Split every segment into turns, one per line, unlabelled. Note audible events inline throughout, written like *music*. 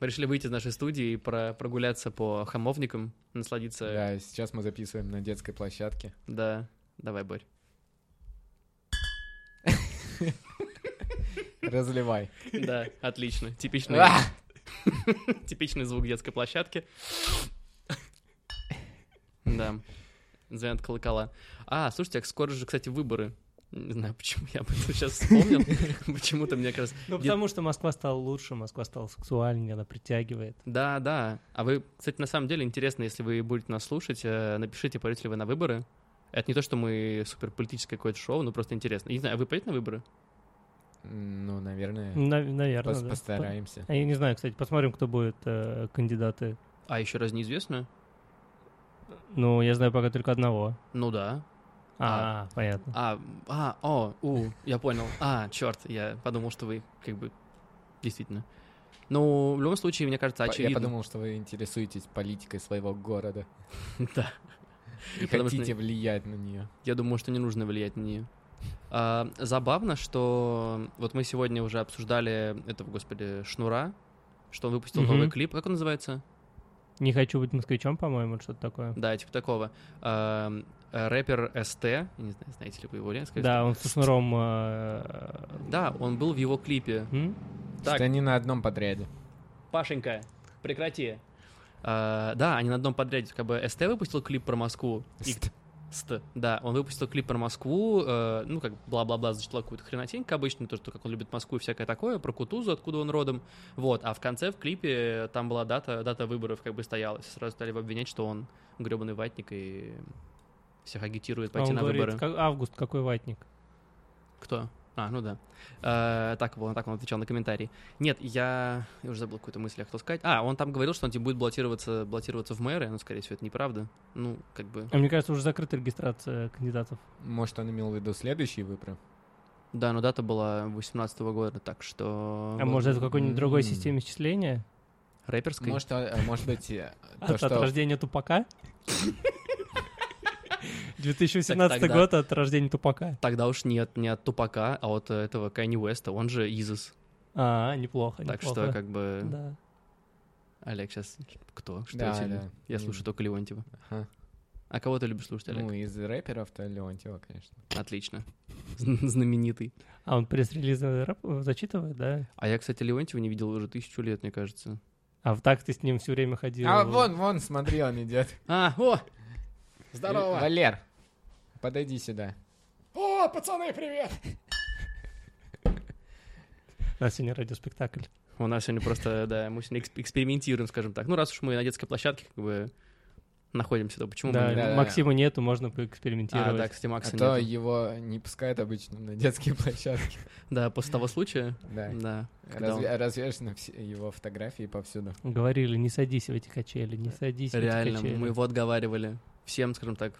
Мы решили выйти из нашей студии и про- прогуляться по хамовникам, насладиться.
Да, и сейчас мы записываем на детской площадке.
Да. Давай, Борь. *laughs*
Разливай.
Да, отлично. Типичный,
А!
типичный звук детской площадки. Да. Звонят колокола. А, слушайте, а скоро же, кстати, выборы. Не знаю, почему я об этом сейчас вспомнил. *laughs* Почему-то мне как раз...
Ну,
Дет-
потому что Москва стала лучше, Москва стала сексуальнее, она притягивает.
Да, да. А вы, кстати, на самом деле интересно, если вы будете нас слушать, э, напишите, пойдете ли вы на выборы. Это не то, что мы супер политическое какое-то шоу, но просто интересно. Не знаю, а вы пойдете на выборы?
Ну, наверное,
На- наверное,
пос-
да.
постараемся.
А Я не знаю, кстати, посмотрим, кто будет э, кандидаты.
А еще раз неизвестно?
Ну, я знаю пока только одного.
Ну да.
А, понятно.
А, а, о, у, я понял. А, черт, я подумал, что вы как бы действительно. Ну, в любом случае, мне кажется,
По- Я
очевидно.
подумал, что вы интересуетесь политикой своего города
*laughs* Да.
и
Потому что-
хотите влиять на нее.
Я думаю, что не нужно влиять на нее. А, забавно, что вот мы сегодня уже обсуждали этого, господи, Шнура, что он выпустил
Мгм.
новый клип. Как он называется?
Не хочу быть москвичом, по-моему, или что-то такое.
Да, типа такого. Ам, э, рэпер СТ, я не знаю, знаете ли вы его, резко?
Да, он со шнуром... э,
Да, он был в его клипе.
м?
Так.
Что они на одном подряде.
Пашенька, прекрати. А, да, они на одном подряде, как бы СТ выпустил клип про Москву. И- СТ. Да, он выпустил клип про Москву, э, ну, как бла-бла-бла, зачитал какую-то хренотень, как обычно, то, что как он любит Москву и всякое такое, про Кутузу, откуда он родом, вот, а в конце в клипе э, там была дата, дата выборов как бы стоялась, сразу стали его обвинять, что он гребаный ватник и всех агитирует
А
пойти
он
на
говорит,
выборы.
«Как- август, какой ватник.
Кто? А, ну да. Э, так, вот, так он отвечал на комментарий. Нет, я... я уже забыл какую-то мысль, я хотел сказать. А, он там говорил, что он типа, будет баллотироваться, баллотироваться в мэры, но, скорее всего, это неправда. Ну, как бы...
А мне кажется, уже закрыта регистрация кандидатов.
Может, он имел в виду следующие выборы?
Да, но дата была 18 года, так что...
А может, это в какой-нибудь другой
м.
системе счисления?
Рэперской?
Может, а, а, может быть,
*laughs*
э, то,
От, от
что...
рождения тупака? 2018
Так, тогда-
год от рождения тупака.
Тогда уж не от, не от Тупака, а от э, этого Кайни Уэста, он же Изус.
А, неплохо,
Так
неплохо.
что, как бы...
Да.
Олег, сейчас... Кто? Что
Да,
у тебя?
да.
Я
Не
слушаю
знаю.
только Леонтьева.
Ага.
А кого ты любишь слушать, Олег?
Ну, из рэперов-то Леонтьева, конечно. А,
Отлично. Знаменитый.
А он пресс-релиз рэп- зачитывает, да?
А я, кстати, Леонтьева не видел уже тысячу лет, мне кажется.
А в так ты с ним все время ходил.
А вон, вон, смотри, он идет.
А, о!
Э, Валер, подойди сюда. О, пацаны, привет!
У нас сегодня радиоспектакль.
У нас сегодня просто, да, мы сегодня экс- экспериментируем, скажем так. Ну, раз уж мы на детской площадке, как бы, находимся, то почему бы
Да,
не-
да, да.
Максима нету, можно
А, да,
поэкспериментировать.
кстати,
А
Макса
то
нету.
его не пускают обычно на детские *laughs* площадки.
Да, после того случая,
Да.
да. когда он-
Разве- Развешаны все его фотографии повсюду.
Говорили, не садись в эти качели, не садись в эти
Реально,
качели.
мы его отговаривали. Всем, скажем так,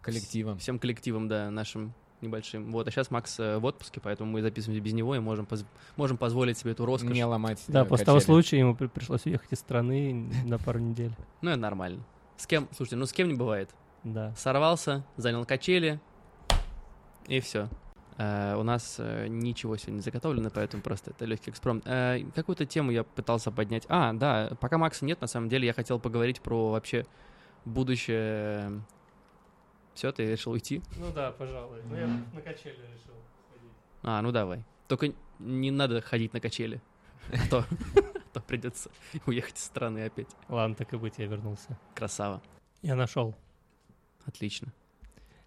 Коллективом.
всем коллективом, да, нашим небольшим. Вот, а сейчас Макс э, в отпуске, поэтому мы записываемся без него и можем, поз- можем позволить себе эту роскошь.
Не ломать.
Да,
э,
после того
качели.
случая ему при- пришлось уехать из страны на пару недель.
Ну, это нормально. С кем, слушайте, ну с кем не бывает.
Да.
Сорвался, занял качели, и все. у нас э, ничего сегодня не заготовлено, поэтому просто это легкий экспромт. Э, какую-то тему я пытался поднять. А, да, пока Макса нет, на самом деле я хотел поговорить про вообще будущее. Все, ты решил уйти?
Ну да, пожалуй. Ну я на качели решил.
А, ну давай. Только н- не надо ходить на качели. А то, *laughs* а то придется уехать из страны опять.
Ладно, так и быть, я вернулся.
Красава.
Я нашел.
Отлично.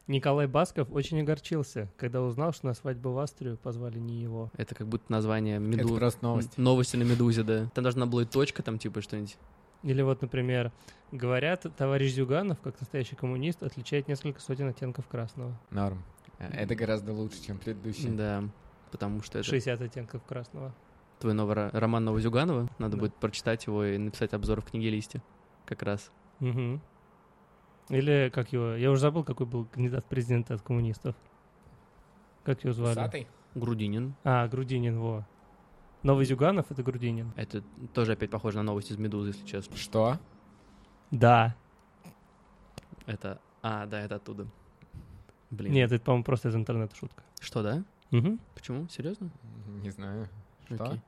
Николай Басков очень огорчился, когда узнал, что на свадьбу в Астрию позвали не его.
Это как будто название
Это
медузы.
просто новость.
Новости на Медузе, да. Там должна была и точка, там типа что-нибудь.
Или вот, например, говорят, товарищ Зюганов, как настоящий коммунист, отличает несколько сотен оттенков красного.
Норм. Э, Это гораздо лучше, чем предыдущий.
Да, потому что это
60 оттенков красного.
твой новый ро- роман Новозюганова. Надо
Да.
будет прочитать его и написать обзор в книге «Листья». Как раз.
Мгм. Или как его? Я уже забыл, какой был кандидат в президенты от коммунистов. Как его звали?
Усатый?
Грудинин.
А, Грудинин, во. Новый Зюганов — это Грудинин.
Это тоже опять похоже на новости из «Медузы», если честно.
Что?
Да.
Это... А, да, это оттуда. Блин.
Нет, это, по-моему, просто из интернета шутка.
Что, да?
Мгм.
Почему? Серьезно?
Не знаю. Что?
Окей.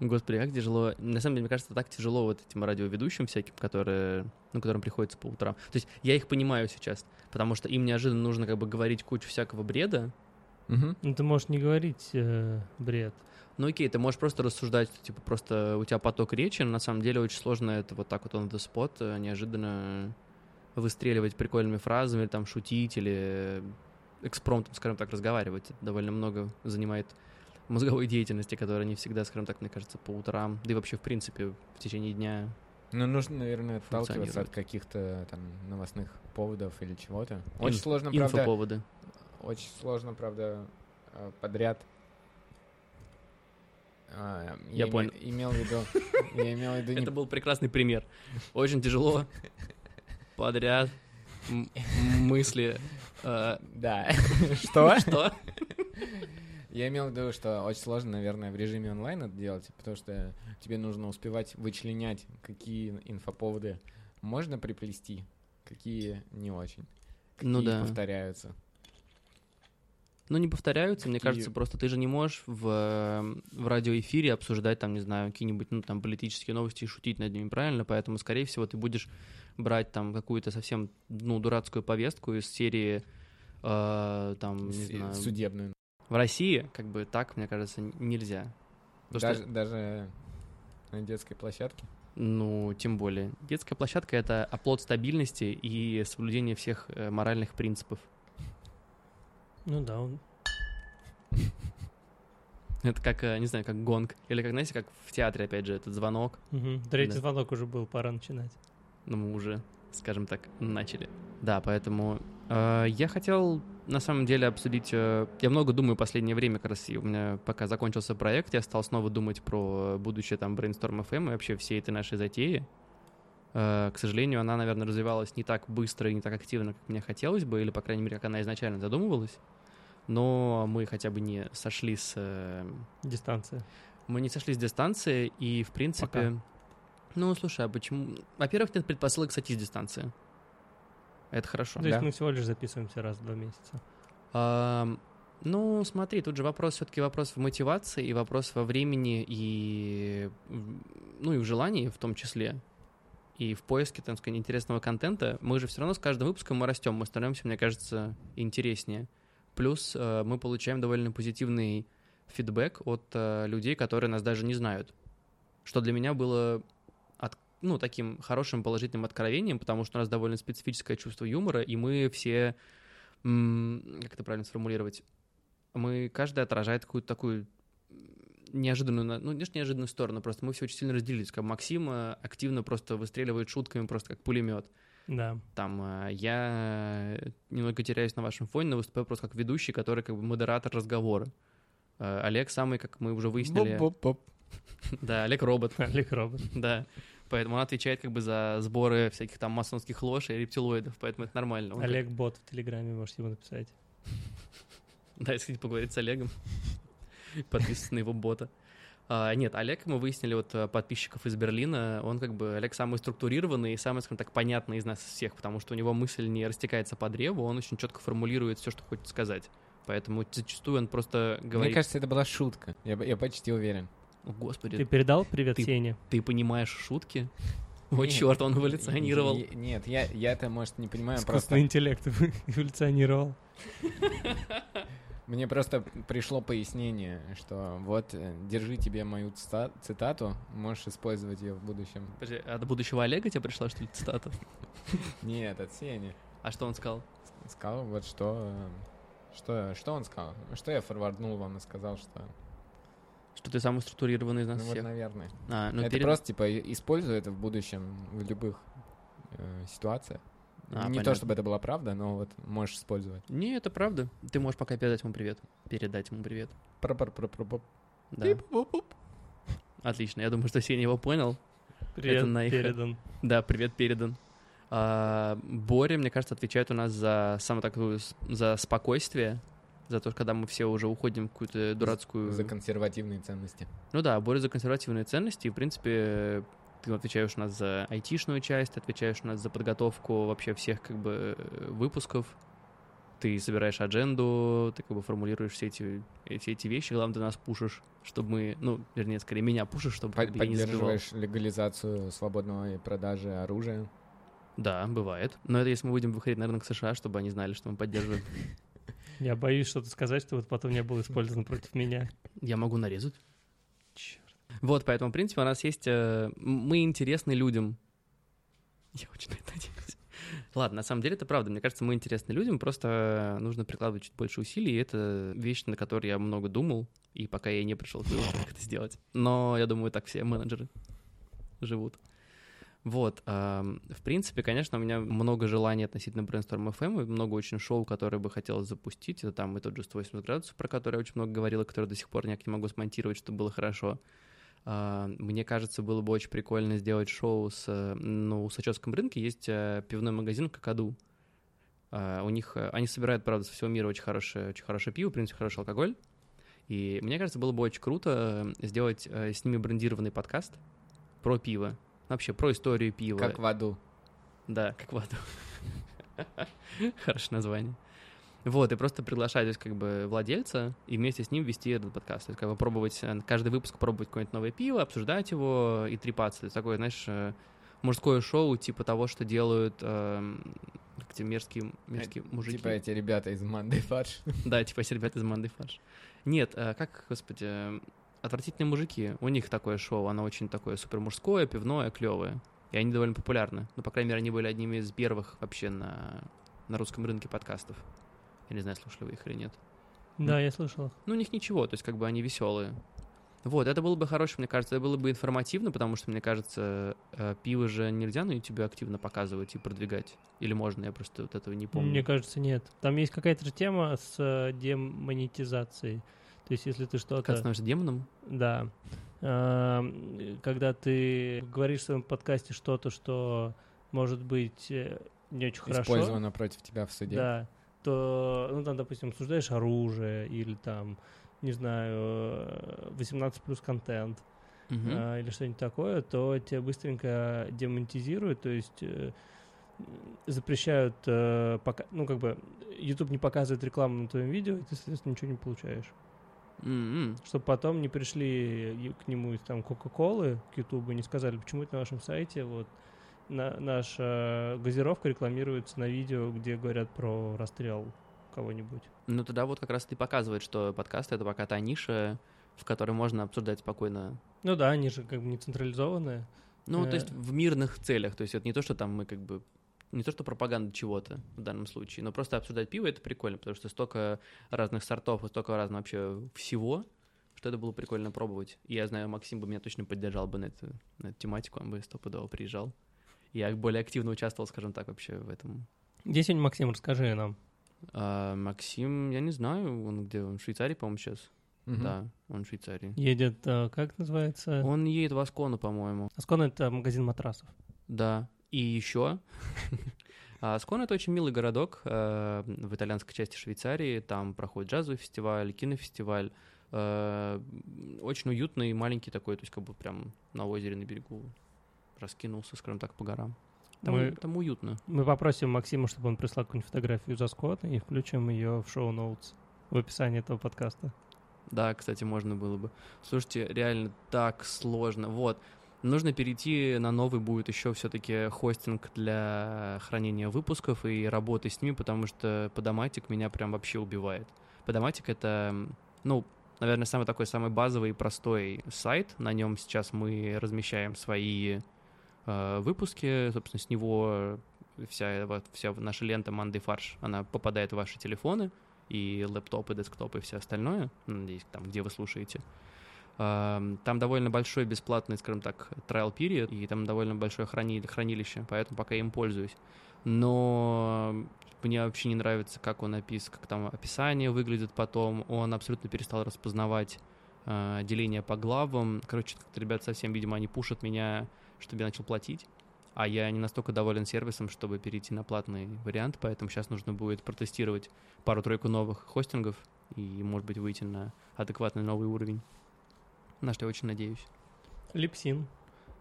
Господи, как тяжело. На самом деле, мне кажется, так тяжело вот этим радиоведущим всяким, которые, ну, которым приходится по утрам. То есть я их понимаю сейчас, потому что им неожиданно нужно как бы говорить кучу всякого бреда.
Мгм.
Ну, ты можешь не говорить э, бред.
Ну окей, ты можешь просто рассуждать, что, типа просто у тебя поток речи, но на самом деле очень сложно это вот так вот он the spot э, неожиданно выстреливать прикольными фразами, или там шутить или экспромтом, скажем так, разговаривать. Это довольно много занимает мозговой деятельности, которая не всегда, скажем так, мне кажется, по утрам, да и вообще, в принципе, в течение дня.
Ну, нужно, наверное, отталкиваться
Функционирует.
от каких-то там новостных поводов или чего-то. Очень сложно, Ну, правда,
Инфоповоды.
очень сложно, правда, э, подряд. А,
Я
име-
понял.
Имел в виду, я имел в виду не
Это был прекрасный пример. Очень
*laughs*
тяжело подряд м- мысли. э, *laughs*
Да. Что?
Что?
Я имел в виду, что очень сложно, наверное, в режиме онлайн это делать, потому что тебе нужно успевать вычленять, какие инфоповоды можно приплести, какие не очень. Какие
Ну да.
повторяются.
Ну, не повторяются, мне
Какие-
кажется, просто ты же не можешь в, э, в радиоэфире обсуждать, там, не знаю, какие-нибудь, ну, там, политические новости и шутить над ними, правильно? Поэтому, скорее всего, ты будешь брать, там, какую-то совсем, ну, дурацкую повестку из серии, э, там, не
С-
знаю...
Судебную.
В России, как бы, так, мне кажется, н- нельзя. Потому что-
Даже, даже на детской площадке.
Ну, тем более. Детская площадка — это оплот стабильности и соблюдение всех э, моральных принципов.
Ну да, он...
Это как, э, не знаю, как гонг. Или, как, знаете, как в театре, опять же, этот звонок.
Мгм. Третий
Да.
звонок уже был, пора начинать.
но мы уже, скажем так, начали. Да, поэтому э, я хотел на самом деле обсудить. э, я много думаю в последнее время, как раз и у меня пока закончился проект, я стал снова думать про будущее там Brainstorm FM и вообще всей этой нашей затеи. Э, к сожалению, она, наверное, развивалась не так быстро и не так активно, как мне хотелось бы, или, по крайней мере, как она изначально задумывалась. Но мы хотя бы не сошли с э,
Дистанция.
мы не сошли с дистанции, и, в принципе...
Пока.
Ну, слушай, а почему... Во-первых, нет предпосылок сойти с дистанции. Это хорошо.
То есть
Да.
мы всего лишь записываемся раз в два месяца.
Ам, ну, смотри, тут же вопрос все-таки вопрос в мотивации и вопрос во времени и... в- Ну, и в желании в том числе. И в поиске, там, сказать, интересного контента. Мы же все равно с каждым выпуском мы растем, мы становимся, мне кажется, интереснее. Плюс э, мы получаем довольно позитивный фидбэк от э, людей, которые нас даже не знают. Что для меня было от- ну, таким хорошим положительным откровением, потому что у нас довольно специфическое чувство юмора, и мы все, м, как это правильно сформулировать, мы, каждый отражает какую-то такую м, неожиданную, на- ну, не ж неожиданную сторону, просто мы все очень сильно разделились. Как Максим э, активно просто выстреливает шутками, просто как пулемет.
Да.
Там э, я немного теряюсь на вашем фоне, но выступаю просто как ведущий, который как бы модератор разговора. Э, Олег самый, как мы уже выяснили,
Боп-боп-боп.
*laughs* да, Олег робот, *laughs*
*laughs* Олег Робот.
да. Поэтому он отвечает как бы за сборы всяких там масонских лож и рептилоидов, поэтому это нормально. Он как-
Олег Бот в Телеграме, можете ему написать.
Да, если хотите поговорить с Олегом, *laughs* подписывайтесь на его бота. А, нет, Олег, мы выяснили вот э, подписчиков из Берлина, он как бы, Олег самый структурированный и самый, скажем так, понятный из нас всех, потому что у него мысль не растекается по древу, он очень четко формулирует все, что хочет сказать. Поэтому зачастую он просто
Мне
говорит,
кажется, это была шутка. Я, б- я почти уверен.
«О, господи,
Ты
ты...
передал привет
ты-
Сене?
понимаешь *laughs* шутки? О,
Нет.
черт, он эволюционировал.
Е- Нет, я, я-то, может, не понимаю,
Искусственный интеллект *laughs* эволюционировал.
просто... Мне просто пришло пояснение, что вот, э, держи тебе мою цита- цитату, можешь использовать ее в будущем.
Подожди, а от будущего Олега тебе пришла, что ли, цитата?
Нет, от Сени.
А что он сказал?
Сказал вот что... э, Что, что он сказал? Что я форварднул вам и сказал, что...
Что ты самый структурированный из
Ну
нас
вот,
всех.
наверное.
А, ну
это
перед-
просто, типа, и- используй это в будущем в любых э, ситуациях.
А,
не
понятно.
то, чтобы это была правда, но вот можешь использовать.
Не, это правда. Ты можешь пока передать ему привет. Передать ему привет.
Пра-пра-пра-пра-пра.
Да. Отлично. Я думаю, что Сеня его понял.
Привет,
на их-
передан.
Да, привет передан. А, Боря, мне кажется, отвечает у нас за самое такое с- за спокойствие, за то, когда мы все уже уходим в какую-то дурацкую.
За консервативные ценности.
Ну да, Боря за консервативные ценности. И, в принципе, ты отвечаешь у нас за айтишную часть, ты отвечаешь у нас за подготовку вообще всех как бы э, выпусков. ты собираешь адженду, ты как бы формулируешь все эти, все эти вещи, главное, ты нас пушишь, чтобы мы, ну, вернее, скорее меня пушишь, чтобы
Под-
как бы я не забивал.
поддерживаешь легализацию свободной продажи оружия.
Да, бывает. Но это если мы будем выходить на рынок США, чтобы они знали, что мы поддерживаем.
Я боюсь что-то сказать, что вот потом не было использовано против меня.
Я могу нарезать.
Чёрт.
Вот, поэтому, в принципе, у нас есть... э, м- мы интересны людям. *laughs* Я очень на это надеюсь. Ладно, на самом деле это правда. Мне кажется, мы интересны людям, просто э, нужно прикладывать чуть больше усилий, и это вещь, на которой я много думал, и пока я не пришел к выводу, как это сделать. Но я думаю, так все менеджеры живут. Вот, эм, в принципе, конечно, у меня много желаний относительно Brainstorm FM, и много очень шоу, которые бы хотелось запустить. Это там и тот же 180 градусов, про который я очень много говорил, и который до сих пор никак не могу смонтировать, чтобы было хорошо. А, Мне кажется, было бы очень прикольно сделать шоу с... э, Ну, у Сачевском рынке есть э, пивной магазин «Какаду». А, У них... э, Они собирают, правда, со всего мира очень хорошее, очень хорошее пиво, в принципе, хороший алкоголь. И мне кажется, было бы очень круто э, сделать э, с ними брендированный подкаст про пиво. Вообще, про историю пива.
Как в аду.
Да, как в аду. *laughs* Хорошее название. Вот, и просто приглашать, то есть, как бы, владельца и вместе с ним вести этот подкаст. То есть, как бы, пробовать, э, каждый выпуск пробовать какое-нибудь новое пиво, обсуждать его и трепаться. То есть, такое, знаешь, э, мужское шоу, типа того, что делают эм, как те мерзкие, мерзкие мужики.
Типа эти ребята из
*laughs*
Манды Фадж.
Да, типа эти ребята из Манды Фарш. Нет, э, как, господи, э, отвратительные мужики. У них такое шоу, оно очень такое супер мужское, пивное, клевое. И они довольно популярны. Ну, по крайней мере, они были одними из первых вообще на, на русском рынке подкастов. Я не знаю, слушали вы их или нет.
Да, я слышал.
Ну, у них ничего, то есть как бы они веселые. Вот, это было бы хорошо, мне кажется, это было бы информативно, потому что, мне кажется, э, пиво же нельзя на YouTube активно показывать и продвигать. Или можно, я просто вот этого не помню.
Мне кажется, нет. Там есть какая-то же тема с э, демонетизацией. То есть, если ты что-то...
Как становишься демоном?
Да. Эм, Когда ты говоришь в своем подкасте что-то, что может быть э, не очень хорошо,
Использовано против тебя в суде.
да, то, ну, там, допустим, обсуждаешь оружие или там, не знаю, э, 18 плюс контент
Мгм.
э, или что-нибудь такое, то тебя быстренько демонетизируют, то есть э, м, запрещают, э, пока, ну, как бы, YouTube не показывает рекламу на твоем видео, и ты, соответственно, ничего не получаешь
М-м.
чтобы потом не пришли и- к нему из там Кока-Колы, к Ютубу, и не сказали, почему это на нашем сайте вот на- наша газировка рекламируется на видео, где говорят про расстрел кого-нибудь.
Ну тогда вот как раз ты показывает, что подкаст это пока та ниша, в которой можно обсуждать спокойно.
Ну да, они же как бы не централизованные.
Ну,
Э.
то есть в мирных целях. То есть это не то, что там мы как бы не то, что пропаганда чего-то в данном случае, но просто обсуждать пиво это прикольно, потому что столько разных сортов и столько разного вообще всего, что это было прикольно пробовать. И я знаю, Максим бы меня точно поддержал бы на эту, на эту тематику, он бы стопудово приезжал. Я более активно участвовал, скажем так, вообще в этом.
Где сегодня Максим, расскажи нам.
А Максим, я не знаю, он где, он в Швейцарии, по-моему, сейчас.
Мгм.
Да, он в Швейцарии.
Едет, э, как это называется?
Он едет в Аскону, по-моему.
Аскон — это магазин матрасов.
Да. И еще. А Аскон — это очень милый городок э, в итальянской части Швейцарии. Там проходит джазовый фестиваль, кинофестиваль. Э, Очень уютный, маленький такой, то есть как бы прям на озере, на берегу раскинулся, скажем так, по горам. Там,
Мы-
там уютно.
Мы попросим Максима, чтобы он прислал какую-нибудь фотографию из Аскона и включим ее в шоу-ноутс в описании этого подкаста.
Да, кстати, можно было бы. Слушайте, реально так сложно. Вот. Нужно перейти на новый будет еще все-таки хостинг для хранения выпусков и работы с ними, потому что Подоматик меня прям вообще убивает. Подоматик — это, м, ну, наверное, самый такой, самый базовый и простой сайт. На нем сейчас мы размещаем свои э, выпуски. Собственно, с него вся, вот вся наша лента «Манды фарш», она попадает в ваши телефоны и лэптопы, десктопы и все остальное, ну, надеюсь, там, где вы слушаете. Ам, Там довольно большой бесплатный, скажем так, trial period, и там довольно большое храни- хранилище, поэтому пока я им пользуюсь. Но мне вообще не нравится, как он описан, как там описание выглядит потом. Он абсолютно перестал распознавать э, деление по главам. Короче, как-то ребят совсем, видимо, они пушат меня, чтобы я начал платить. А я не настолько доволен сервисом, чтобы перейти на платный вариант, поэтому сейчас нужно будет протестировать пару-тройку новых хостингов и, может быть, выйти на адекватный новый уровень. На что я очень надеюсь.
Липсин.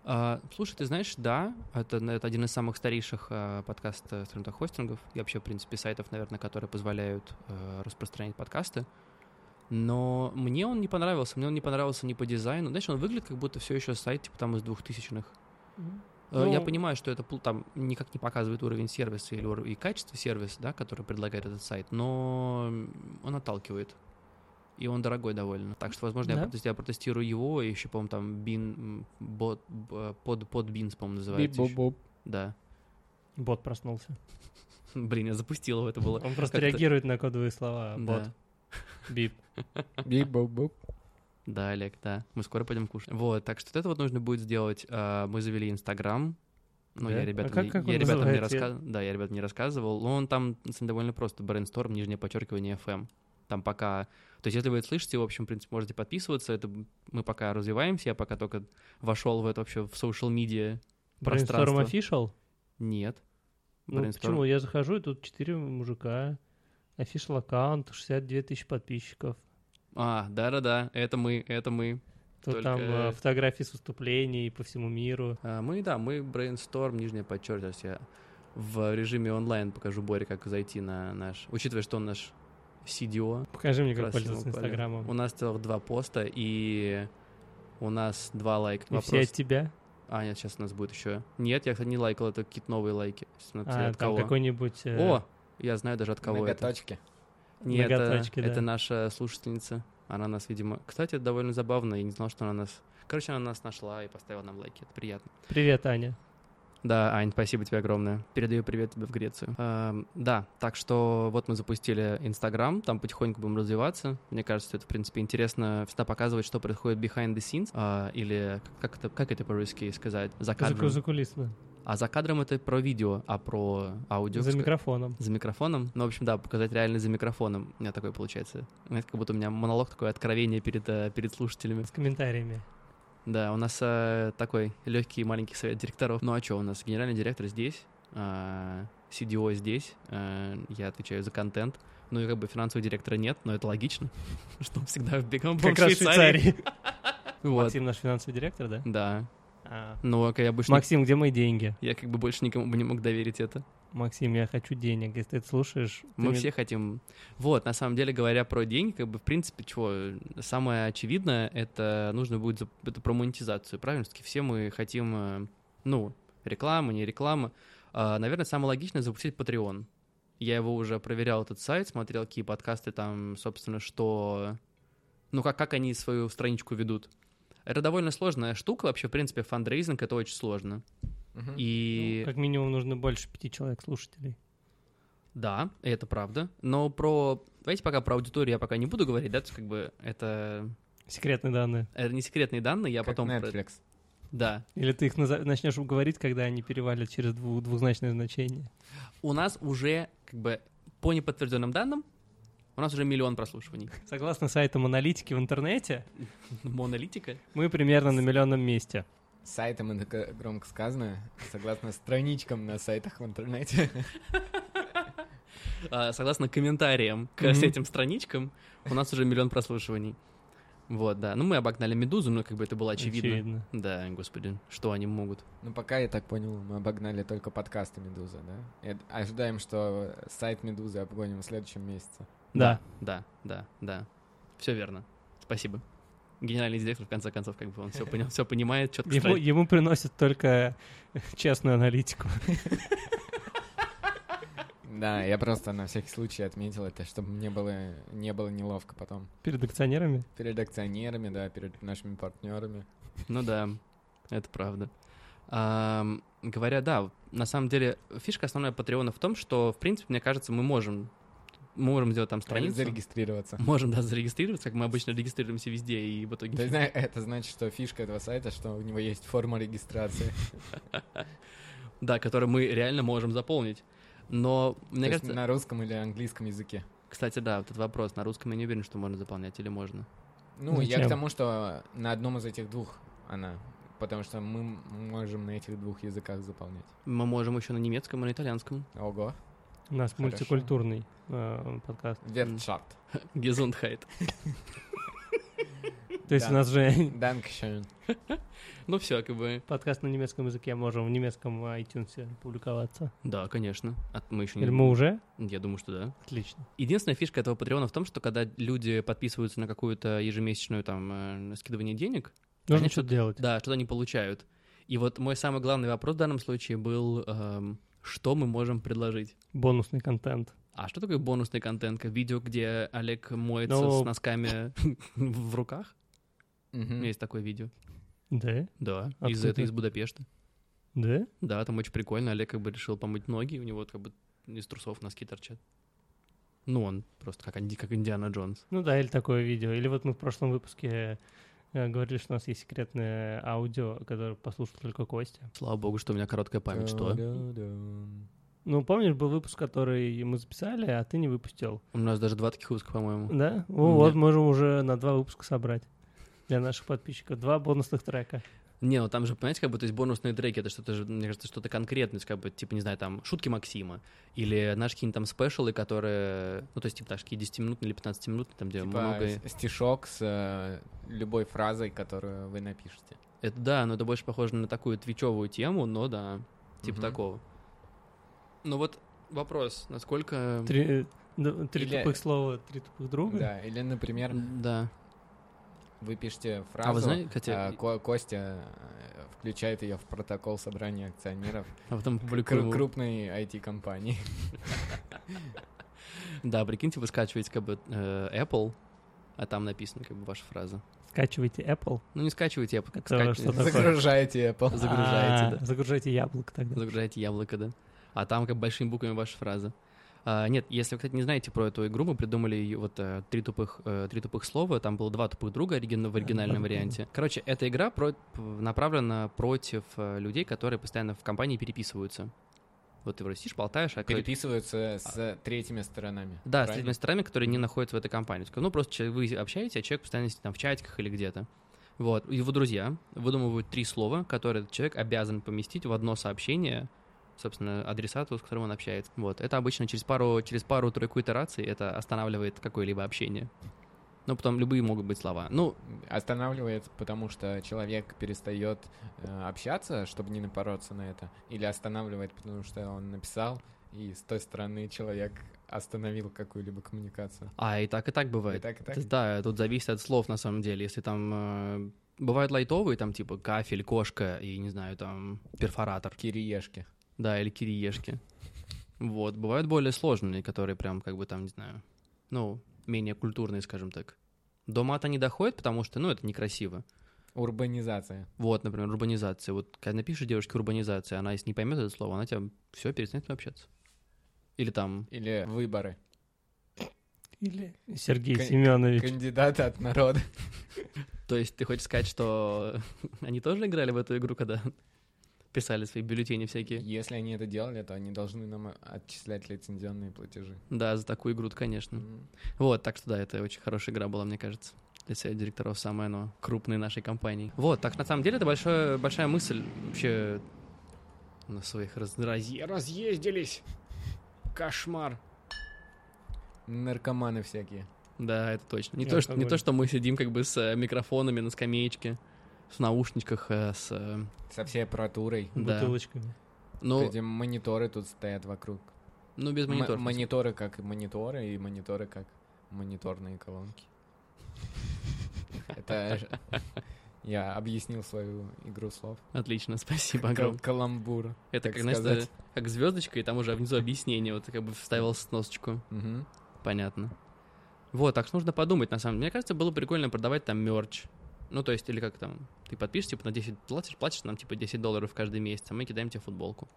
А, слушай, ты знаешь, да, это, это один из самых старейших э, подкаст, скажем так, хостингов и вообще, в принципе, сайтов, наверное, которые позволяют э, распространять подкасты. Но мне он не понравился, мне он не понравился ни по дизайну. Знаешь, он выглядит как будто все еще сайт, типа там из двухтысячных. Ну, Я понимаю, что это пл- там никак не показывает уровень сервиса или ур- и качество сервиса, да, который предлагает этот сайт, но он отталкивает. И он дорогой довольно. Так что, возможно, я,
Да?
протестирую, я протестирую его, и еще, по-моему, там бин, м, бот, б- э, под, под бинс, по-моему, называется. еще.
Бип-боп-боп.
Да. *laughs*
Бот проснулся.
Блин, я запустил его, это было.
Он просто
как-то-
реагирует на кодовые слова. Бот,
Да.
бип.
Бип-боп-боп.
Да, Олег, да. Мы скоро пойдем кушать. Вот, так что вот это вот нужно будет сделать. А, Мы завели Инстаграм. Ну,
Да?
я ребятам,
А как-
не-
как
я
он
ребятам не
называется?
рассказывал. Да, я ребятам не рассказывал. Но он там на самом деле, довольно просто. Брейнсторм, нижнее подчеркивание FM. Там пока... То есть, если вы это слышите, в общем, в принципе, можете подписываться. Это мы пока развиваемся. Я пока только вошел в это вообще в social медиа
Brainstorm
пространство.
Official?
Нет.
Ну,
Brainstorm.
почему? Я захожу, и тут 4 мужика. Official аккаунт, 62 тысячи подписчиков.
А, да-да-да, это мы, это мы.
Тут
Только-
там э, фотографии с выступлений по всему миру.
А, Мы, да, мы брейнсторм, нижнее подчеркивание. Сейчас я в режиме онлайн покажу Боре, как зайти на наш... Учитывая, что он наш CDO.
Покажи мне, как
раз ему
пользоваться
полезно.
Инстаграмом.
У нас целых два поста, и у нас два лайка.
И все
Вопрос...
от тебя.
А, нет, сейчас у нас будет еще... Нет, я, кстати, не лайкал, это какие-то новые лайки. Сейчас надо посмотреть,
А,
от
там
кого.
какой-нибудь... э,
О, я знаю даже от *laughs* кого это.
Ноготочки.
Не, это,
Ноготочки, да.
это наша слушательница. Она нас, видимо... Кстати, это довольно забавно, я не знал, что она нас... Короче, она нас нашла и поставила нам лайки, это приятно.
Привет, Аня.
Да, Ань, спасибо тебе огромное. Передаю привет тебе в Грецию. Эм, да, так что вот мы запустили Инстаграм, там потихоньку будем развиваться. Мне кажется, это, в принципе, интересно всегда показывать, что происходит behind the scenes, а, или как это, как это по-русски сказать? За
За,
кадром.
закулисно.
А за кадром это про видео, а про аудио...
За
ска-
микрофоном.
за микрофоном. Ну, в общем, да, показать реально за микрофоном. У меня такой получается. Знаете, как будто у меня монолог, такое откровение перед, э, перед слушателями.
С комментариями.
Да, у нас э, такой легкий маленький совет директоров. Ну а что, у нас генеральный директор здесь, а, CDO здесь, э, я отвечаю за контент. Ну и как бы финансового директора нет, но это логично, *laughs* что он всегда в бегом
Как раз в Швейцарии. *laughs*
Вот,
Максим наш финансовый директор, да?
да.
А.
Ну, а я больше, ни-
Максим, где мои деньги?
я как бы больше никому бы не мог доверить это.
Максим, я хочу денег. Если ты это слушаешь, ты
Мы
мне-
все хотим. Вот, на самом деле, говоря про деньги, как бы, в принципе, чего, самое очевидное, это нужно будет зап- это про монетизацию, правильно? Все-таки все мы хотим, э, ну, реклама, не реклама. А, Наверное, самое логичное запустить Patreon. Я его уже проверял, этот сайт, смотрел, какие подкасты там, собственно, что... Ну, как, как они свою страничку ведут. Это довольно сложная штука вообще, в принципе, фандрейзинг — это очень сложно.
Мгм.
И...
Ну, как минимум нужно больше пяти человек слушателей.
Да, это правда. Но про... Давайте пока про аудиторию я пока не буду говорить, да, то есть как бы это,
Секретные данные.
это не секретные данные, я
Как
потом... про-
Netflix.
Да.
Или ты их наза- начнешь говорить, когда они перевалят через дву- двузначное значение. *laughs*
У нас уже, как бы, по неподтвержденным данным, у нас уже миллион прослушиваний. *laughs*
Согласно сайтам аналитики в интернете,
Моналитика.
мы примерно на миллионном месте.
Сайтом это г- громко сказано, согласно страничкам на сайтах в интернете. *laughs*
А, Согласно комментариям к
Мгм.
с этим страничкам, у нас уже миллион прослушиваний. Вот, да. Ну, мы обогнали «Медузу», но как бы это было очевидно.
Очевидно.
Да, господи, что они могут.
Ну, пока я так понял, мы обогнали только подкасты «Медуза», да? И ожидаем, что сайт «Медузы» обгоним в следующем месяце.
Да.
Да, да, да. Все верно. Спасибо. Генеральный директор, в конце концов, как бы он все понял, все понимает, четко
Ему, ему приносят только *laughs* честную аналитику.
Да, я просто на всякий случай отметил это, чтобы мне было, не было неловко потом.
Перед акционерами.
Перед акционерами, да, перед нашими партнерами.
Ну да, это правда. Ам, говоря, да, на самом деле фишка основная Патреона в том, что, в принципе, мне кажется, мы можем, мы можем сделать там страницу.
Зарегистрироваться.
Можем, да, зарегистрироваться, как мы обычно регистрируемся везде, и в итоге...
Да, зна- Это значит, что фишка этого сайта, что у него есть форма регистрации.
Да, который мы реально можем заполнить. Но,
То
мне
есть
кажется...
на русском или английском языке.
Кстати, да, вот этот вопрос. На русском я не уверен, что можно заполнять или можно.
Ну, я
Зачем?
к тому, что на одном из этих двух она. Потому что мы м- можем на этих двух языках заполнять.
Мы можем еще на немецком и на итальянском.
Ого.
У нас
Хорошо.
мультикультурный э, подкаст.
Вертшафт.
Гезундхайт.
То есть у
Да.
нас же *laughs*
Данкшен.
Ну все, как бы.
подкаст на немецком языке, можем в немецком э, iTunes публиковаться.
Да, конечно. А мы еще
Или мы
не...
уже?
Я думаю, что да.
Отлично.
Единственная фишка этого Патреона в том, что когда люди подписываются на какую-то ежемесячную там э, скидывание денег,
Нужно
Они
что-то
что-то-
делать.
да, что-то они получают. И вот мой самый главный вопрос в данном случае был, эм, что мы можем предложить?
Бонусный контент.
А что такое бонусный контент? Как Видео, где Олег моется
Ну-
с носками *laughs* в руках? У меня
Мгм.
есть такое видео.
Да?
Да, из,
Откуда?
это из Будапешта.
Да?
Да, там очень прикольно. Олег как бы решил помыть ноги, и у него вот как бы из трусов носки торчат. Ну, он просто как, Инди- как Индиана Джонс.
Ну да, или такое видео. Или вот мы в прошлом выпуске э, говорили, что у нас есть секретное аудио, которое послушал только Костя.
Слава богу, что у меня короткая память. Что?
Та-да-дам.
Ну, помнишь, был выпуск, который мы записали, а ты не выпустил.
У нас даже два таких выпуска, по-моему.
Да?
Да.
О, вот можем уже на два выпуска собрать для наших подписчиков. Два бонусных трека.
Не, ну там же, понимаете, как бы, то есть бонусные треки, это что-то же, мне кажется, что-то конкретное, то есть как бы, типа, не знаю, там, шутки Максима, или наши какие-нибудь там спешалы, которые, ну, то есть, типа, наши какие 10-минутные или 15-минутные, там, где
Типа
много...
с- стишок с э, любой фразой, которую вы напишете.
Это да, но это больше похоже на такую твичевую тему, но да, типа
Мгм.
такого. Ну вот вопрос, насколько...
Три, э, ну, три
Или-
тупых слова, три тупых друга.
Да, или, например,
Да.
вы пишете
А вы
фразу,
знаете, хотя-
а, Ко- Костя э, включает ее в протокол собрания *laughs* акционеров
А потом
кру-
публикуем.
крупной IT-компании.
Да, прикиньте, вы скачиваете как бы э, Apple, а там написано как бы ваша фраза.
Скачивайте Apple.
Ну не скачивайте Apple, как
Это что
скачиваете.
такое?
Загружаете Apple.
Загружаете,
А, Загружайте яблоко тогда.
Загружаете яблоко, да. А там как большими буквами ваша фраза. А, нет, если вы, кстати, не знаете про эту игру, мы придумали её вот э, три, тупых, э, три тупых слова, там было два тупых друга оригин- в оригинальном
два тупых
варианте. Короче, эта игра про- п- направлена против э, людей, которые постоянно в компании переписываются. Вот ты вроде сидишь, болтаешь, а кто-
Переписываются с третьими сторонами.
Да, с
правильно?
третьими сторонами, которые не находятся в этой компании. Ну, просто че- вы общаетесь, а человек постоянно сидит там в чатиках или где-то. Вот. Его друзья выдумывают три слова, которые этот человек обязан поместить в одно сообщение, собственно, адресату, с которым он общается. Вот. Это обычно через пару, через пару-тройку итераций это останавливает какое-либо общение. Ну, потом любые могут быть слова. Ну,
Останавливает, потому что человек перестает э, общаться, чтобы не напороться на это, или останавливает, потому что он написал, и с той стороны человек остановил какую-либо коммуникацию.
а и так, и так
И
бывает.
так, и так.
То есть, Да, тут зависит от слов, на самом деле. Если там э, бывают лайтовые, там типа кафель, кошка и, не знаю, там перфоратор.
Кириешки.
Да, или кириешки. Вот, бывают более сложные, которые прям как бы там, не знаю, ну, менее культурные, скажем так. До мата не доходит, потому что, ну, это некрасиво.
Урбанизация.
Вот, например, урбанизация. Вот когда напишешь девушке урбанизация, она если не поймет это слово, она тебя все перестанет с тобой общаться. Или там,
Или выборы.
Или Сергей
Кон-
Семенович.
Кандидаты от народа.
то есть ты хочешь сказать, что *laughs* они тоже играли в эту игру, когда *laughs* писали свои бюллетени всякие?
Если они это делали, то они должны нам отчислять лицензионные платежи.
Да, за такую игру, конечно.
М.
Вот, так что да, это очень хорошая игра была, мне кажется. Для совета директоров самой оно крупной нашей компании. Вот, так что на самом деле это большое, большая мысль вообще на своих раз- разъе- разъездились. Кошмар.
Наркоманы всякие.
Да, это точно. Не
И
то, что, не
алкоголь.
то, что мы сидим как бы с э, микрофонами на скамеечке, в наушниках, э, с... э,
Со всей аппаратурой.
да.
Бутылочками. *laughs*
Ну,
Эти мониторы тут стоят вокруг.
ну, без
М-
мониторов.
мониторы как мониторы, и мониторы как мониторные колонки. Это ж- я объяснил свою игру слов.
Отлично, *laughs* спасибо
Кал-
огромное.
Каламбур.
Это,
так
как, знаешь,
сказать.
даже как звездочка, и там уже внизу объяснение, вот как бы вставил сносочку.
Мгм.
Понятно. Вот, так что нужно подумать, на самом деле. Мне кажется, было прикольно продавать там мерч. Ну, то есть, или как там, ты подпишешь, типа, на 10, платишь, платишь нам, типа, 10 долларов каждый месяц, а мы кидаем тебе футболку.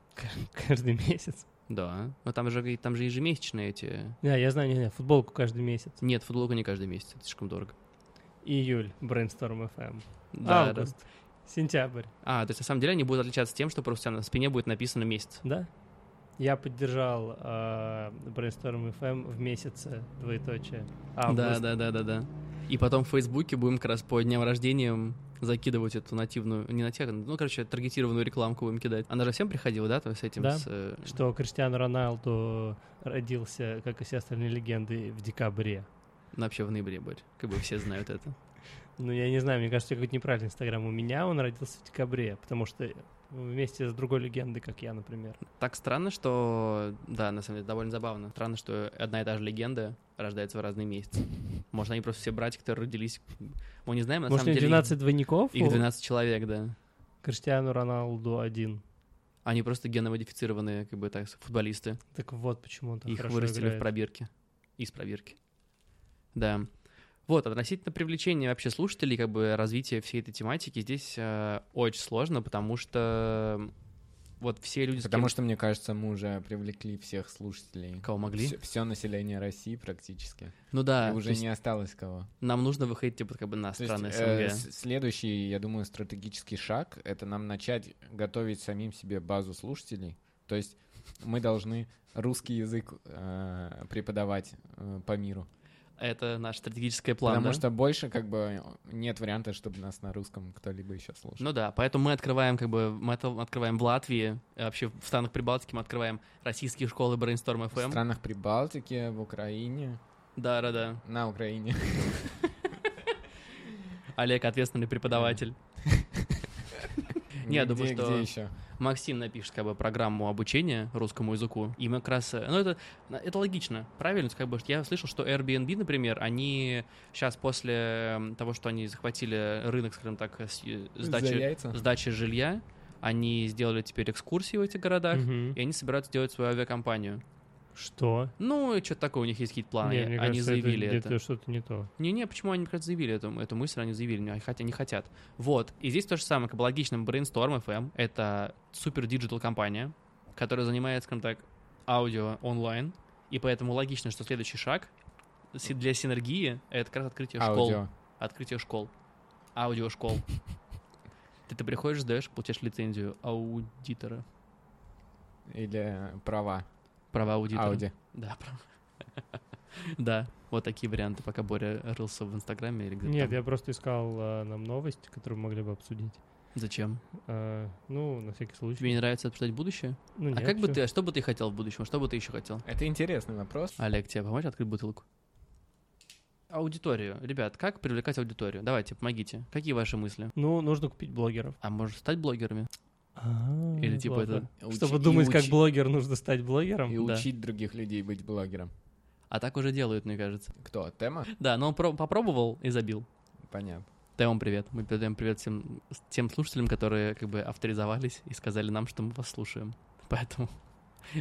Каждый месяц.
Да. Но там же, там же ежемесячные эти...
Да, я знаю, не, не, футболку каждый месяц.
Нет, футболку не каждый месяц, это слишком дорого.
Июль, Brainstorm FM.
Да, да.
Август, сентябрь,
А, то есть, на самом деле, они будут отличаться тем, что просто у тебя на спине будет написано месяц.
да? Я поддержал э, Brainstorm FM в месяце, двоеточие. Август.
Да, да, да, да, да. И потом в Фейсбуке будем как раз по дням рождения закидывать эту нативную, не нативную, ну, короче, таргетированную рекламку будем кидать. Она же всем приходила, да, то есть с этим,
Да.
с, э,
Что Криштиану Роналду родился, как и все остальные легенды, в декабре.
Ну, вообще в ноябре будет. Как бы все знают это.
Ну, я не знаю, мне кажется, я какой-то неправильный Инстаграм. У меня он родился в декабре, потому что вместе с другой легендой, как я, например.
Так странно, что... Да, на самом деле, довольно забавно. Странно, что одна и та же легенда рождается в разные месяцы. Может, они просто все братья, которые родились... Мы не знаем, на
Может, у
самом
него
деле...
12 двойников?
Их
у
12 человек, да.
Криштиану Роналду один.
Они просто геномодифицированные, как бы так, футболисты.
Так вот почему он так
Их
хорошо
вырастили в
играет.
пробирке. Из пробирки. Да. Вот, относительно привлечения вообще слушателей, как бы развития всей этой тематики, здесь э, очень сложно, потому что вот все люди... с
Потому
кем-
что, мне кажется, мы уже привлекли всех слушателей.
Кого могли?
Все, население России практически.
Ну да,
И
то
уже
есть
не осталось кого.
нам нужно выходить, типа, как бы на
То есть,
страны
э,
СНГ.
с- следующий, я думаю, стратегический шаг — это нам начать готовить самим себе базу слушателей. То есть мы должны русский язык э, преподавать э, по миру.
Это наш стратегический план,
потому
да?
что больше как бы нет варианта, чтобы нас на русском кто-либо еще слушал.
Ну да, поэтому мы открываем, как бы, мы это открываем в Латвии, э, вообще в странах Прибалтики мы открываем российские школы Brainstorm
В
FM.
странах Прибалтики, в Украине,
Да, да, да.
на Украине.
Олег ответственный преподаватель. *laughs* Не, я думаю,
Где-
что-
Где еще?
Максим напишет как бы программу обучения русскому языку, и мы как раз... э, Ну, это, это логично, правильно? Как бы, я слышал, что Airbnb, например, они сейчас после м, того, что они захватили рынок, скажем так, с- э,
За
сдачи,
яйца?
сдачи жилья, они сделали теперь экскурсии в этих городах,
Мгм.
и они собираются делать свою авиакомпанию.
Что?
Ну, и что-то такое, у них есть какие-то планы,
Не,
они
мне кажется, это
заявили это.
где-то что-то не то.
Не-не, почему они, мне кажется, заявили эту, эту мысль, они заявили, не, хотя не хотят. Вот, и здесь то же самое, как бы логичным Brainstorm FM, это супер диджитал компания, которая занимается, скажем так, аудио онлайн, и поэтому логично, что следующий шаг си- для синергии — это как раз открытие школ.
Аудио.
Открытие школ. Аудиошкол. Ты, ты приходишь, сдаешь, получаешь лицензию аудитора.
Или э, права.
Права аудитора.
Ауди.
Да, права. Да, вот такие варианты, пока Боря рылся в Инстаграме или где-то
Нет,
там.
я просто искал а, нам новость, которую мы могли бы обсудить.
Зачем?
А, ну, на всякий случай.
Тебе не нравится обсуждать будущее?
Ну,
а
нет,
как бы
всё.
ты, а что бы ты хотел в будущем? Что бы ты еще хотел?
Это интересный вопрос.
Олег, тебе помочь открыть бутылку? Аудиторию. Ребят, как привлекать аудиторию? Давайте, помогите. Какие ваши мысли?
Ну, нужно купить блогеров.
А может стать блогерами? Или типа это...
Учи-
А, Чтобы
и
думать, как
учи-
блогер, нужно стать блогером.
И
Да.
учить других людей быть блогером.
А так уже делают, мне кажется.
Кто? Тема?
Да, но он про- попробовал и забил.
Понятно.
Тем привет. Мы передаем привет всем тем слушателям, которые как бы авторизовались и сказали нам, что мы вас слушаем. *laughs* Поэтому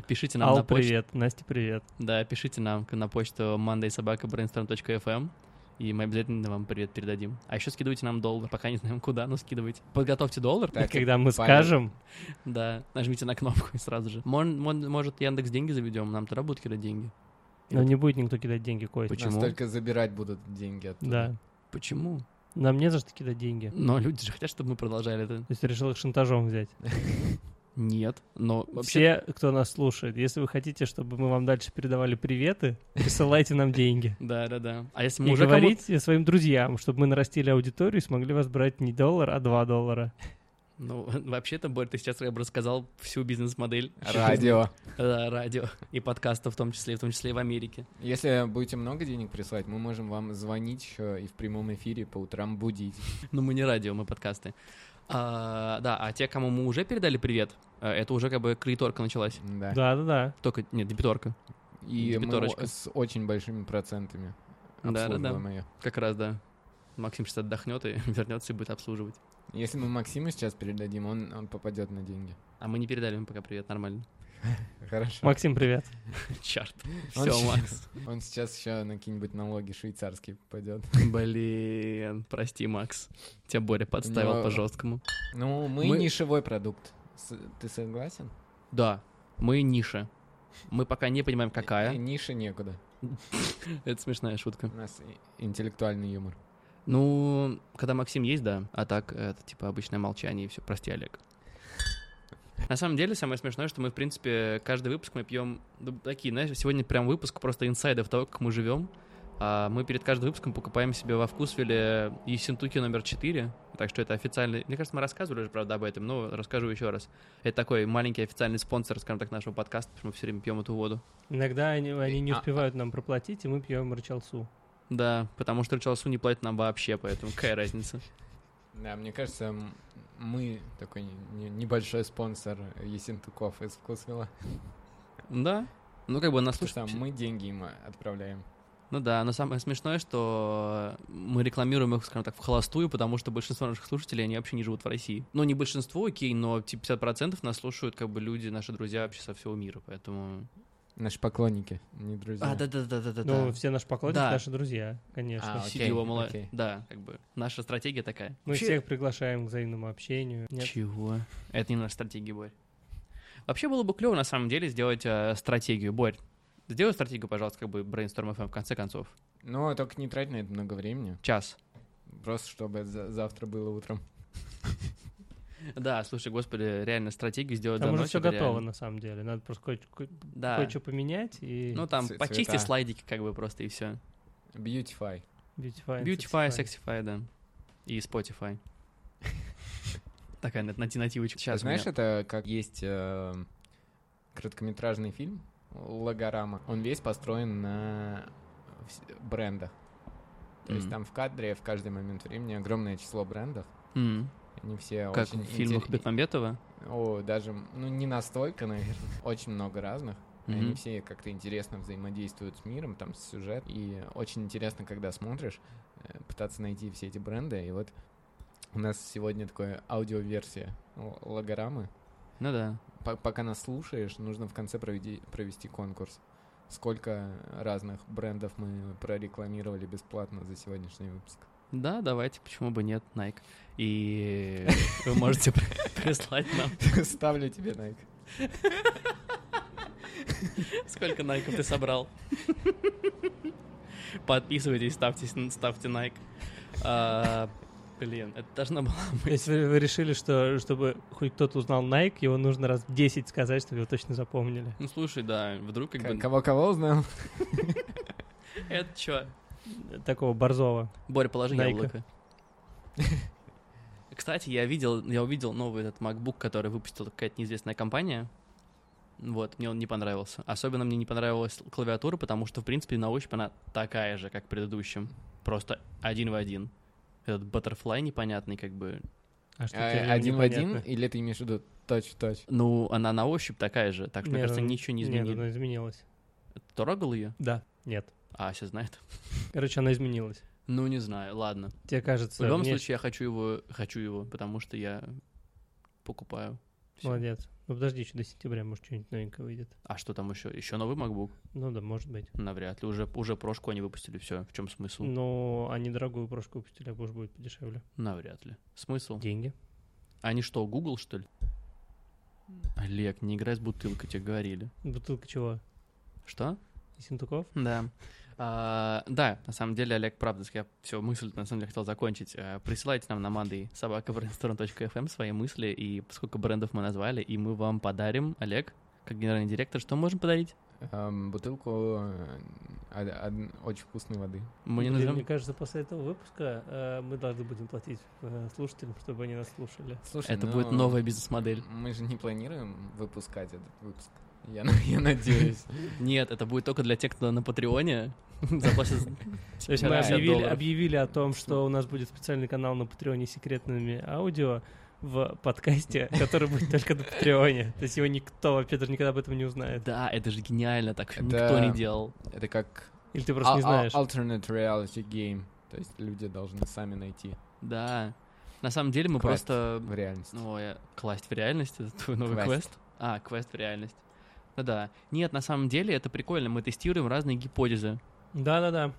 пишите нам
Ал,
на почту.
привет. Настя, привет.
Да, пишите нам к- на почту mondaysobakabrainstorm.fm, и мы обязательно вам привет передадим. А еще скидывайте нам доллар, пока не знаем куда, но скидывайте. Подготовьте доллар,
Так,
И когда мы
Павел.
скажем,
*laughs* да, нажмите на кнопку и сразу же. Мон- мон- может, Яндекс деньги заведем, нам тогда будут кидать деньги.
но не будет никто кидать деньги Кость.
Почему?
Нас только забирать будут деньги оттуда.
Да.
Почему?
Нам не за что кидать деньги.
Но люди же хотят, чтобы мы продолжали это.
То есть ты решил их шантажом взять.
Нет, но вообще...
Все, кто нас слушает, если вы хотите, чтобы мы вам дальше передавали приветы, присылайте нам деньги.
Да, да, да. А если мы
И
уже кому-
говорите своим друзьям, чтобы мы нарастили аудиторию и смогли вас брать не доллар, а два доллара.
Ну, *laughs* вообще-то, Борь, ты сейчас я бы рассказал всю бизнес-модель.
Радио.
Да, радио. И подкаста в том числе, в том числе и в Америке.
Если будете много денег присылать, мы можем вам звонить еще и в прямом эфире по утрам будить.
Ну, мы не радио, мы подкасты. А, да, а те, кому мы уже передали привет, э, это уже как бы кредиторка началась.
Да.
Да-да-да.
Только, нет, дебиторка.
И мы
Пятерочка.
о- с очень большими процентами
Да-да-да.
обслуживаем ее.
Как раз, да. Максим сейчас отдохнет и *laughs* вернется и будет обслуживать.
Если мы Максиму сейчас передадим, он, он попадет на деньги.
А мы не передали ему пока привет, нормально. *laughs*
Хорошо.
Максим, привет.
Черт.
Он
Все,
щас-
Макс.
Он сейчас еще на какие-нибудь налоги швейцарские попадет.
Блин, прости, Макс. Тебя Боря подставил
него-
по-жесткому.
Ну, мы,
Мы-
нишевой продукт. С- Ты согласен?
Да, мы ниша. Мы пока не понимаем,
Э,
какая.
Ниша некуда.
Это смешная шутка.
У нас и- интеллектуальный юмор.
Ну, когда Максим есть, да. А так, это типа обычное молчание и все. Прости, Олег. На самом деле, самое смешное, что мы, в принципе, каждый выпуск мы пьем ну, такие, знаешь, сегодня прям выпуск просто инсайдов того, как мы живем. А мы перед каждым выпуском покупаем себе во Вкусвилле Ессентуки номер 4, так что это официальный... Мне кажется, мы рассказывали уже, правда, об этом, но расскажу еще раз. Это такой маленький официальный спонсор, скажем так, нашего подкаста, потому что мы все время пьем эту воду.
Иногда они, они не
А-
успевают нам проплатить, и мы пьем рычалсу.
Да, потому что Рычалсу не платит нам вообще, поэтому какая разница.
Да, мне кажется, м- мы такой не- небольшой спонсор Есентуков из Вкусвилла.
Да, ну как бы нас
Потому что
слушают.
мы деньги им а, отправляем.
Ну да, но самое смешное, что э, мы рекламируем их, скажем так, в холостую, потому что большинство наших слушателей, они вообще не живут в России. Ну, не большинство, окей, но типа 50% нас слушают как бы люди, наши друзья вообще со всего мира, поэтому...
Наши поклонники, не друзья.
А, да-да-да-да-да.
Ну, все наши поклонники,
Да.
наши друзья, конечно.
А,
Сиди
окей,
его мало-
окей.
Да, как бы наша стратегия такая.
Мы
Вообще-
всех приглашаем к взаимному общению. Нет?
Чего? Это не наша стратегия, Борь. Вообще было бы клево, на самом деле, сделать э, стратегию. Борь, сделай стратегию, пожалуйста, как бы Brainstorm FM, в конце концов.
Но только не трать на это много времени.
Час.
Просто чтобы это за- завтра было утром.
Да, слушай, господи, реально стратегию сделать
Там
за
уже
ночь,
все
это
готово,
типа реально-
на самом деле. Надо просто кое- кое-
Да.
кое-что поменять и...
Ну там
Ц-
почисти
цвета.
слайдики, как бы просто и все.
Beautify.
Beautify. and
Beautify,
Sexify.
Sexify, да. И Spotify. *laughs* Такая на- нати- нативочка.
Ты
Сейчас
знаешь, это как есть э, короткометражный фильм Логорама. Он весь построен на вс- брендах. То есть
Мгм.
там в кадре в каждый момент времени огромное число брендов. Они все
Как
очень
в фильмах
интерес-
Бетмамбетова.
О, даже, ну, не настолько, наверное. *laughs* Очень много разных. И Они
Мгм.
все как-то интересно взаимодействуют с миром, там с сюжет. И очень интересно, когда смотришь, э, пытаться найти все эти бренды. И вот у нас сегодня такая аудиоверсия л- логорамы.
Ну да.
По- Пока нас слушаешь, нужно в конце проведи- провести конкурс. Сколько разных брендов мы прорекламировали бесплатно за сегодняшний выпуск. *laughs*
Да, давайте, почему бы нет, Nike. И
*laughs*
вы можете при- прислать нам,
Ставлю тебе, Найк.
сколько Найков ты собрал. *laughs* Подписывайтесь, ставьте, ставьте Nike. А, Блин, это должна была быть.
Если вы решили, что чтобы хоть кто-то узнал Nike, его нужно раз 10 сказать, чтобы его точно запомнили.
Ну слушай, да, вдруг как бы...
Кого-кого узнал?
Это чё?
Такого борзого.
Боря, положи
Найка.
яблоко. *laughs* Кстати, я видел, я увидел новый этот MacBook, который выпустила какая-то неизвестная компания. Вот, мне он не понравился. Особенно мне не понравилась клавиатура, потому что, в принципе, на ощупь она такая же, как в предыдущем. Просто один в один. Этот butterfly непонятный, как бы.
А что теперь
Э,
ему
Один в один?
непонятно?
Или ты имеешь в виду точь-в-точь?
Ну, она на ощупь такая же, так что, мне
Нет,
кажется,
он-
ничего не ну,
Нет,
изменили.
она изменилась.
Ты трогал ее?
Да. Нет.
А, все знает. *laughs*
Короче, она изменилась.
Ну, не знаю, ладно.
Тебе кажется,
В любом
внешне-
случае, я хочу его, хочу его, потому что я покупаю. Всё.
Молодец. Ну подожди, еще до сентября, может, что-нибудь новенькое выйдет.
А что там еще? Еще новый MacBook?
Ну да, может быть.
Навряд ли. Уже, уже прошку они выпустили, все. В чем смысл?
Но они дорогую прошку купили, а может будет подешевле.
Навряд ли. Смысл?
Деньги.
Они что, Google, что ли? Олег, не играй с бутылкой, тебе говорили.
Бутылка чего?
Что?
Синтуков?
Да. А, да, на самом деле, Олег, правда, я все мысль на самом деле хотел закончить. А, Присылайте нам на манды собакабрендсторм.фм эм свои мысли и сколько брендов мы назвали, и мы вам подарим, Олег, как генеральный директор, что можем подарить?
Эм, Бутылку э, од- од- очень вкусной воды.
Мы не
Блин,
назовем
Мне кажется, после этого выпуска э, мы должны будем платить э, слушателям, чтобы они нас слушали.
Слушай,
Это
ну,
будет новая бизнес-модель.
Мы же не планируем выпускать этот выпуск. Я, на- я
*laughs*
надеюсь.
Нет, это будет только для тех, кто на Патреоне *laughs* заплатит
То есть Типа, мы
50
объявили,
долларов.
объявили о том, что у нас будет специальный канал на Патреоне с секретными аудио в подкасте, который будет только на Патреоне. То есть его никто, во-первых, никогда об этом не узнает.
Да, это же гениально, так
Это-
никто не делал.
Это как
Или ты просто не
а- а-
знаешь.
alternate reality game. То есть люди должны сами найти
Да. На самом деле мы
Квест.
просто...
в реальности.
Ну, я- класть в реальность, это твой новый
Квест.
квест. А, квест в реальность. Ну да. Нет, на самом деле это прикольно, мы тестируем разные гипотезы.
Да-да-да.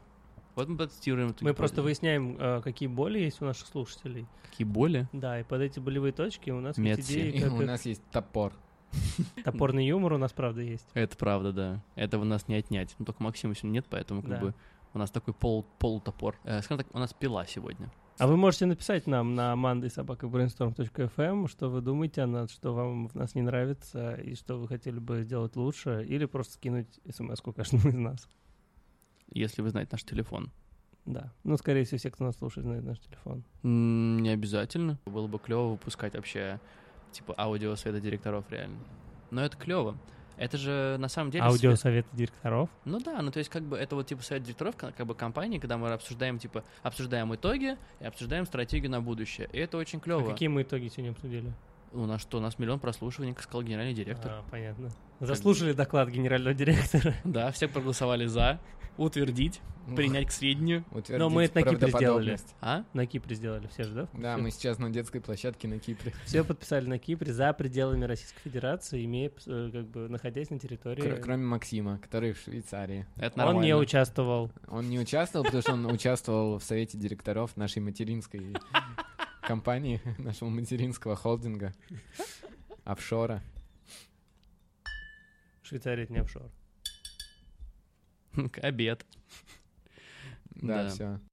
Вот мы тестируем эту
Мы
гипотезу.
просто выясняем, э, какие боли есть у наших слушателей.
Какие боли?
Да, и под эти болевые точки у нас есть
Медси.
идеи,
И
как
у
их-
нас есть
*laughs*
топор. *laughs*
топорный юмор у нас, правда, есть.
Это правда, да. Этого у нас не отнять. Ну, только Максима сегодня нет, поэтому как
Да.
бы у нас такой пол, полутопор. Э, скажем так, у нас пила сегодня.
А вы можете написать нам на mandaysobakabrainstorm.fm, эм, что вы думаете о нас, что вам в нас не нравится и что вы хотели бы сделать лучше, или просто скинуть смс-ку каждому из нас.
Если вы знаете наш телефон.
Да. Ну, скорее всего, все, кто нас слушает, знают наш телефон.
М, Не обязательно. Было бы клево выпускать вообще типа аудио света директоров реально. Но это клево. Это же на самом деле...
Аудиосоветы директоров.
Ну да, ну то есть как бы это вот типа совет директоров ка- как бы компании, когда мы обсуждаем типа обсуждаем итоги и обсуждаем стратегию на будущее. И это очень
А
клево.
какие мы итоги сегодня обсудили?
У нас что, у нас миллион прослушиваний, как сказал генеральный директор.
А, понятно. Заслушали доклад генерального директора.
*laughs* Да, все проголосовали за, утвердить,
Ну
принять к сведению.
Утвердить
Но мы это на Кипре сделали.
правдоподобность.
А?
На Кипре сделали все же, да?
Да, мы сейчас на детской площадке на Кипре.
Все подписали на Кипре за пределами Российской Федерации, имея, э, как бы, находясь на территории...
Кр- Кроме Максима, который в Швейцарии.
Это
Он
нормально.
не участвовал.
Он не участвовал, потому что он участвовал в совете директоров нашей материнской компании, нашего материнского холдинга, офшора.
Швейцария — это не офшор.
*laughs* Обед.
Да,
Да.
все.